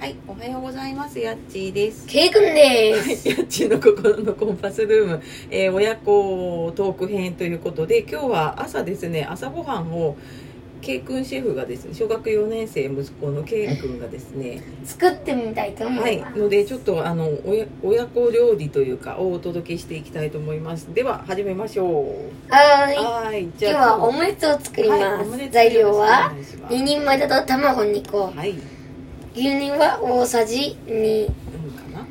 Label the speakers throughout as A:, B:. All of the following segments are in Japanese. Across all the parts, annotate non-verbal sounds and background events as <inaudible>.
A: はい、おはようございます。やっちーです。
B: ケイくんです。
A: やっちーの心のコンパスルーム、えー親子トーク編ということで、今日は朝ですね、朝ごはんを。K 君シェフがですね、小学4年生息子の K 君がですね、
B: 作ってみたいと思
A: はいい
B: ま、す。
A: のでちょっとあの親親子料理というかをお届けしていきたいと思います。では始めましょう。
B: はーい。
A: はい、じ
B: 今日
A: ゃあ
B: はオムレツを作りま
A: はいオ
B: す。
A: ムレツ
B: 材料は
A: お願いします
B: 2人前だと卵2個、
A: はい、うん
B: 牛乳は大さじ2。
A: かな。はい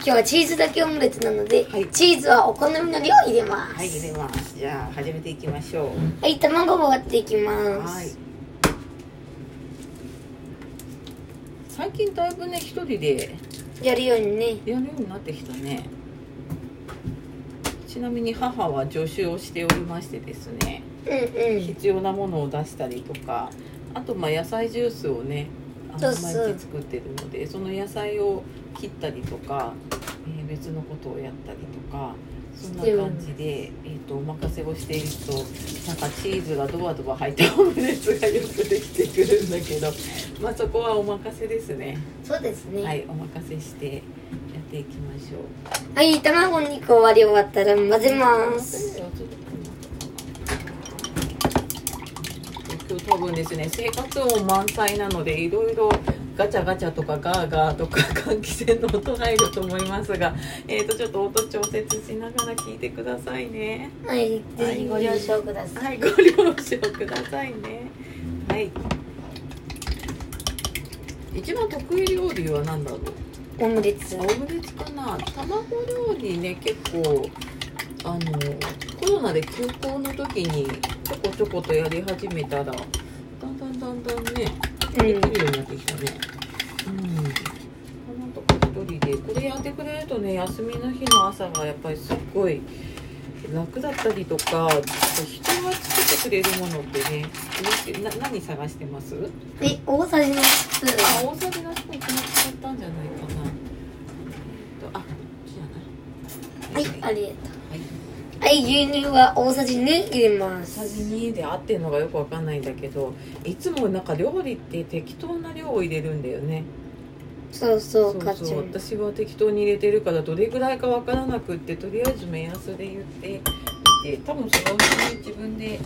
B: 今日はチーズだけオムレツなので、
A: はい
B: チーズはお好みの量入れます。
A: はい、入れます。じゃあ始めていきましょ
B: はい卵を割っていき
A: う。
B: ま
A: はい
B: す。。
A: 最近だいぶね一人で
B: やるようにね。
A: やるようになってきたね。ちなみに母は助手をしておりましてですね、
B: うんうん。
A: 必要なものを出したりとか、あとまあ野菜ジュースをね、あの
B: そう
A: 毎
B: そう
A: 日作ってるので、その野菜を切ったりとか、えー別のことをやったりとか。そんな感じで、えー、とお任せをしているとなんかチーズがドバドバ入ったオムレツがよくできてくるんだけど、まあ、そこはお任せですね
B: そうですね。は、
A: はいいお任せしてやっていきましょう
B: 卵2個割り終わったら混ぜます。
A: ちょっと今日多分ですね生活音満載なのでいろいろガチャガチャとかガーガーとか換気扇の音入ると思いますが、 <laughs> えー、とちょっと音調節しながら聞いてくださいね。
B: はい、
A: は
B: ぜ
A: い
B: ひご了承ください。
A: はい、ご了承くださいね。はい。一番得意料理は何だろう。
B: オムレツ
A: オ。ムレツかな。卵料理ね、結構。あの、コロナで休校の時に、ちょこちょことやり始めたら。だんだんだんだんね、でき
B: う
A: るよう
B: ん。
A: になってきたね。うん。なんとか一人で、これやってくれるとね、休みの日の朝がやっぱりすっごい。楽だったりとか、人が作ってくれるものってね、な何探してます
B: で、大さじのスプーン。
A: あ、大さじのスプーンこの使ったんじゃないかな。えっと、あ、こっちじ
B: は
A: ゃ、
B: い
A: な
B: あ
A: い。
B: りがと。
A: はいう
B: はい、牛乳は大さじ2入れま
A: 大さじ
B: す。
A: 2で合ってるのがよくわかんないんだけどいつもなんか料理って適当な量を入れるんだよね
B: そうそう、
A: そう
B: カ
A: そ
B: チ
A: う
B: ョン。
A: 私は適当に入れてるからどれぐらいかわからなくってとりあえず目安で言ってみて多分そのうちに自分で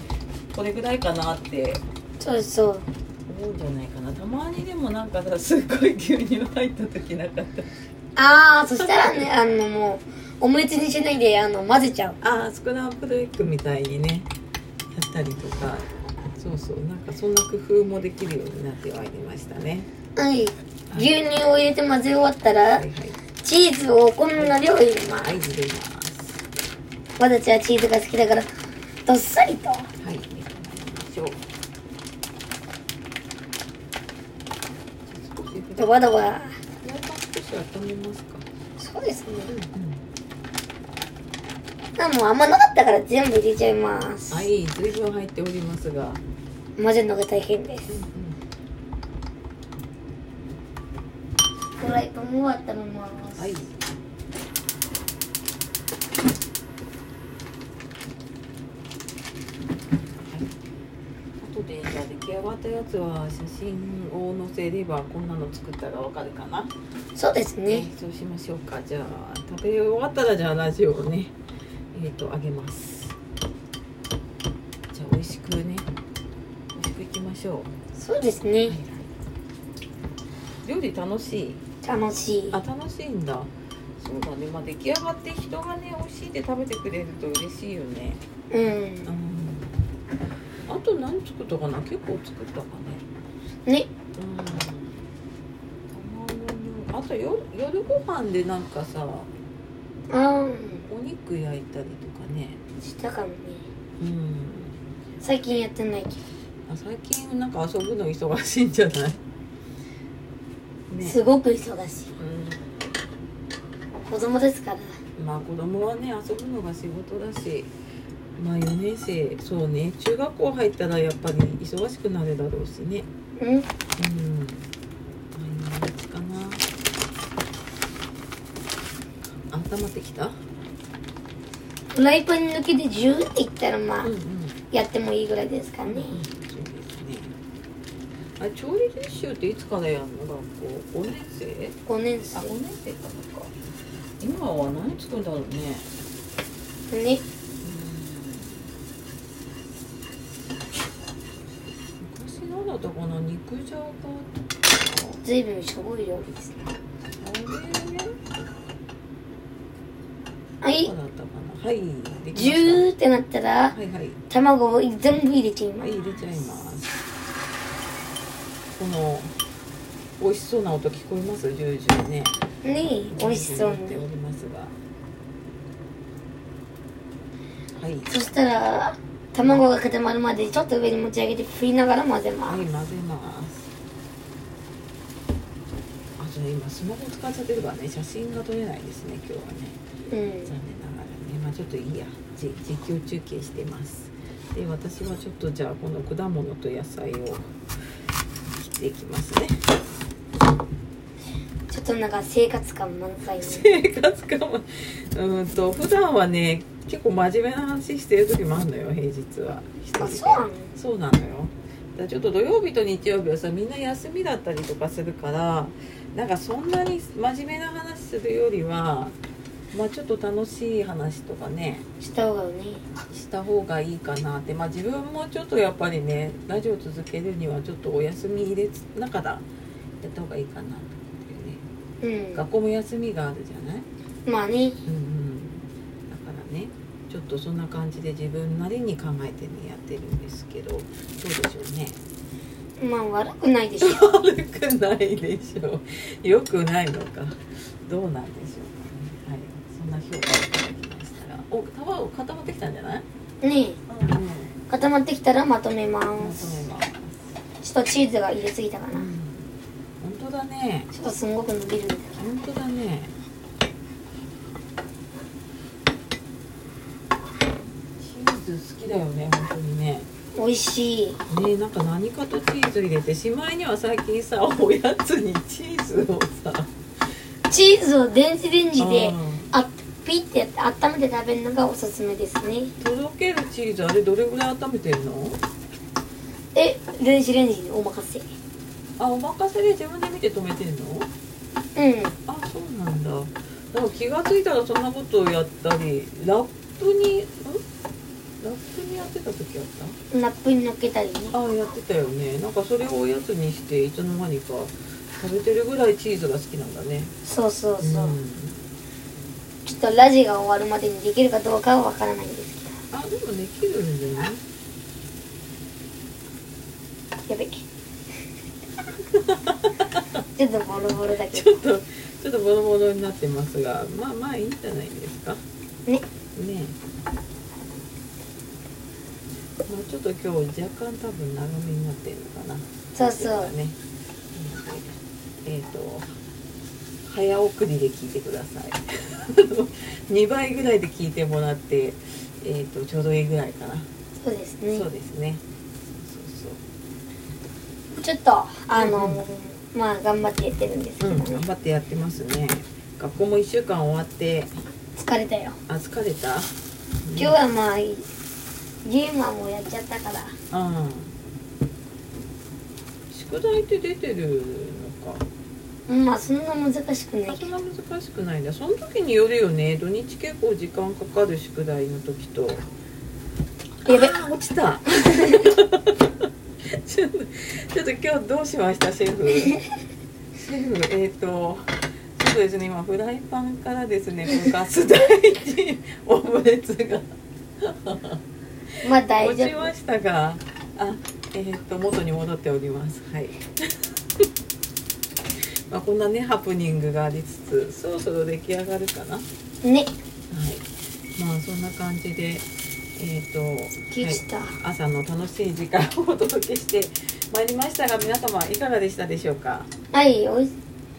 A: これぐらいかなって
B: そうそう。
A: 思うんじゃないかなたまにでもなんかさすっごい牛乳入った時なかった
B: あー、そした <laughs> らね、あの、もう、オムレツにしないで、あの、混ぜちゃう。
A: ああスクランブルエッグみたいにねやったりとかそうそうなんかそんな工夫もできるようになってはいましたね
B: はい。
A: はい
B: 牛乳を入れて混ぜ終わった
A: は
B: ら
A: い、はい
B: チーズをお好みの量入れま
A: はい
B: す。
A: 入れます
B: 私はチーズが好きだから、どっさりと。
A: はい入れましょう少しフライパン
B: ドバドバ。
A: 少し温めますか、
B: そうですね。
A: うん
B: あ、もうあんまなかったから全部入れちゃいます。
A: はい随分入っておりますが
B: 混ぜるのが大変です。フライパンを温めます。
A: はい。後でじゃあ出来上がったやつは写真を載せればこんなの作ったらわかるかな。
B: そうですね。
A: そうしましょうか。じゃあ食べ終わったらじゃあラジオをねえっ、とあげます。じゃあ美味しくね美味しくいきましょ
B: そうです
A: う。
B: ね。
A: 料理楽しい。
B: 楽しい。
A: あ楽しいんだそうだねまあ出来上がって人がね美味しいって食べてくれると嬉しいよね
B: うん
A: う。んあと何作ったかな結構作ったかね
B: ね。
A: うん卵のあと夜夜ご飯でなんかさ
B: あ
A: お肉焼いたりとかね
B: あ、したかもね。
A: うん
B: 最近やってないけ
A: あ最近なんか遊ぶの忙しいんじゃない
B: ど、
A: ね
B: すごく忙しい。
A: うん
B: 子供ですから。
A: まあ子供はね遊ぶのが仕事だしまあ4年生そうね中学校入ったらやっぱり忙しくなるだろうしね
B: うん。
A: うんまあ今のうちかな温まってきた
B: フライパン抜けで10っていったらまあ
A: うん、うん
B: やってもいいぐらいですかね。
A: そうですねあれ調理実習っていつからやんの学校5年生
B: 5年
A: あ
B: 生
A: 5年生からか今は何作るんだろうね
B: ね
A: 昔何だったかな肉じゃがとか
B: ずいぶんしょぼい料理ですね
A: あ
B: は
A: れ
B: い
A: どこだったかなはいでき
B: ジ
A: ま
B: ュ
A: し
B: ーってなった
A: た
B: ら
A: はいはい
B: 卵を全部入れちゃいま
A: はい
B: す
A: 入れちゃいますこの美味しそうな音聞こえますジュージューね
B: ね美味しそう
A: ジュージュー言ってお
B: に
A: りますがはい
B: そしたら卵が固まるまでちょっと上に持ち上げて振りながら混ぜ
A: は
B: ま
A: い
B: す
A: 混ぜますあとね今スマホ使っちゃってるからね写真が撮れないですね今日はね
B: うん
A: 残念ながらねまあちょっといいやじ実況中継してますで私はちょっとじゃあこの果物と野菜を切っていきますね <laughs>
B: ちょっとなんか生活感満載の
A: 生活感はうーんと普段はね結構真面目な話してる時もあるのよ平日は一人
B: あ
A: で
B: そうなの
A: そうなのよだからちょっと土曜日と日曜日はさみんな休みだったりとかするからなんかそんなに真面目な話するよりはまあちょっと楽しい話とかね
B: した方がね
A: した方がいいかなってまあ自分もちょっとやっぱりねラジオ続けるにはちょっとお休み入れつ中だやった方がいいかなと思ってね
B: うん
A: 学校も休みがあるじゃない
B: まあね
A: うんうんだからねちょっとそんな感じで自分なりに考えてねやってるんですけどどうでしょうね
B: まあ悪くないでしょ
A: 悪くないでしょう。良くないのか。どうなんでしょうかね。はい。そんな評価をいただきましたら。お、皮を固まってきたんじゃない？
B: ね
A: うん。まとめ
B: 固まってきたらまとめま
A: ます
B: す。ちょっとチーズが入れすぎたか
A: う。
B: なん
A: 本当だね。
B: ちょっとすんごく伸びるんだけ
A: 本当だね。チーズ好きだよね。本当にね。
B: ど美味しい
A: ねなんか何かとチーズ入れてしまいには最近さおやつにチーズをさ
B: チーズを電子レンジで
A: うん
B: あっピッてやって温めて食べるのがおすすめですね
A: とろけるチーズあれどれぐらい温めてるの
B: え電子レンジにお任せ
A: あお任せで自分で見て止めてるの
B: うん
A: あそうなんだだから気がついたらそんなことをやったりラップにんラップにやってた時あっ
B: ラップにのっけたりね
A: たあやってたよねなんかそれをおやつにしていつの間にか食べてるぐらいチーズが好きなんだね
B: そうそうそう、
A: ん、
B: ちょっとラジが終わるまでにできるかどうかはわからないんです
A: あでもできるんじゃない <laughs>
B: けどやべちょっとボロボロだけ
A: ち
B: ど
A: ょっとちょっとボロボロになってますがまあまあいいんじゃないですか
B: ね
A: ねえまあちょっと今日若干多分長めになってるのかな
B: そうそう
A: ねえっ、と早送りで聞いてください <laughs> 2倍ぐらいで聞いてもらってえっ、とちょうどいいぐらいかな、
B: そうですね
A: そうですねそうそう
B: ちょっとあの、
A: うん
B: まあ頑張ってやってるんですけ
A: う
B: ど
A: ん、
B: ね、
A: 頑張ってやってますね学校も1週間終わって
B: 疲れたよ
A: あ疲れた
B: 今日はまあいいゲームはもうやっちゃったから
A: うん宿題って出てるのか
B: うんまあそんな難しくない
A: あ
B: け
A: そ
B: ど
A: んな難しくないんだその時によるよね土日結構時間かかる宿題の時と
B: やべ
A: あー落ちた <laughs> ちょっとちょっと今日どうしましたシェフシェフえっ、とそうですね今フライパンからですねこのガス台にオムレツが
B: まあ大
A: 落
B: 丈
A: ち
B: 夫
A: ましたがあえっ、と元に戻っておりますはい <laughs> まあこんなねハプニングがありつつそろそろ出来上がるかなはい
B: ね
A: まあそんな感じでえっ、と、
B: 気
A: はい、
B: した、
A: 朝の楽しい時間をお届けしてまいりましたが皆様いかがでしたでしょうか
B: はい、おい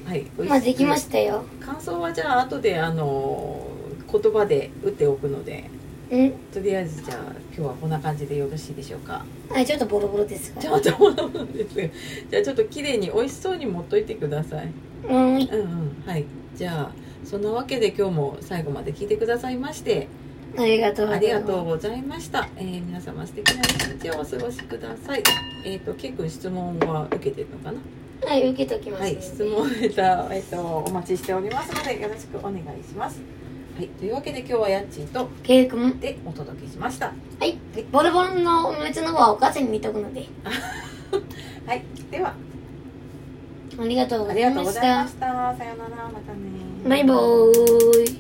A: はい
B: まあできま
A: た
B: したよ
A: 感想はじゃあ後であの言葉で打っておくので
B: うん
A: とりあえずじゃあ今日はこんな感じでよろしいでしょうか
B: あちょっとボロボロです
A: じ
B: が
A: ゃあまた戻るんですよじゃあちょっと綺麗に美味しそうに持っといてください
B: うん
A: うんうんはいじゃあそんなわけで今日も最後まで聞いてくださいまして
B: ありがとう
A: ありがとうございました。えー皆様素敵な一日をお過ごしください。えっ、と、けいくん質問は受けてるのかな
B: はい受けときます、
A: はい、質問レター、えっと、お待ちしておりますので、よろしくお願いします。はい、というわけで今日はやっちーと
B: ケイ君
A: でお届けしました。
B: ボルボルのオムレツの方はお母さんに見とくので
A: はい、では、
B: ありがとうご
A: あ
B: ざ
A: り
B: い
A: がと
B: ま
A: うご
B: し
A: ざい
B: た
A: ました。さようなら、またね。
B: バイバーイ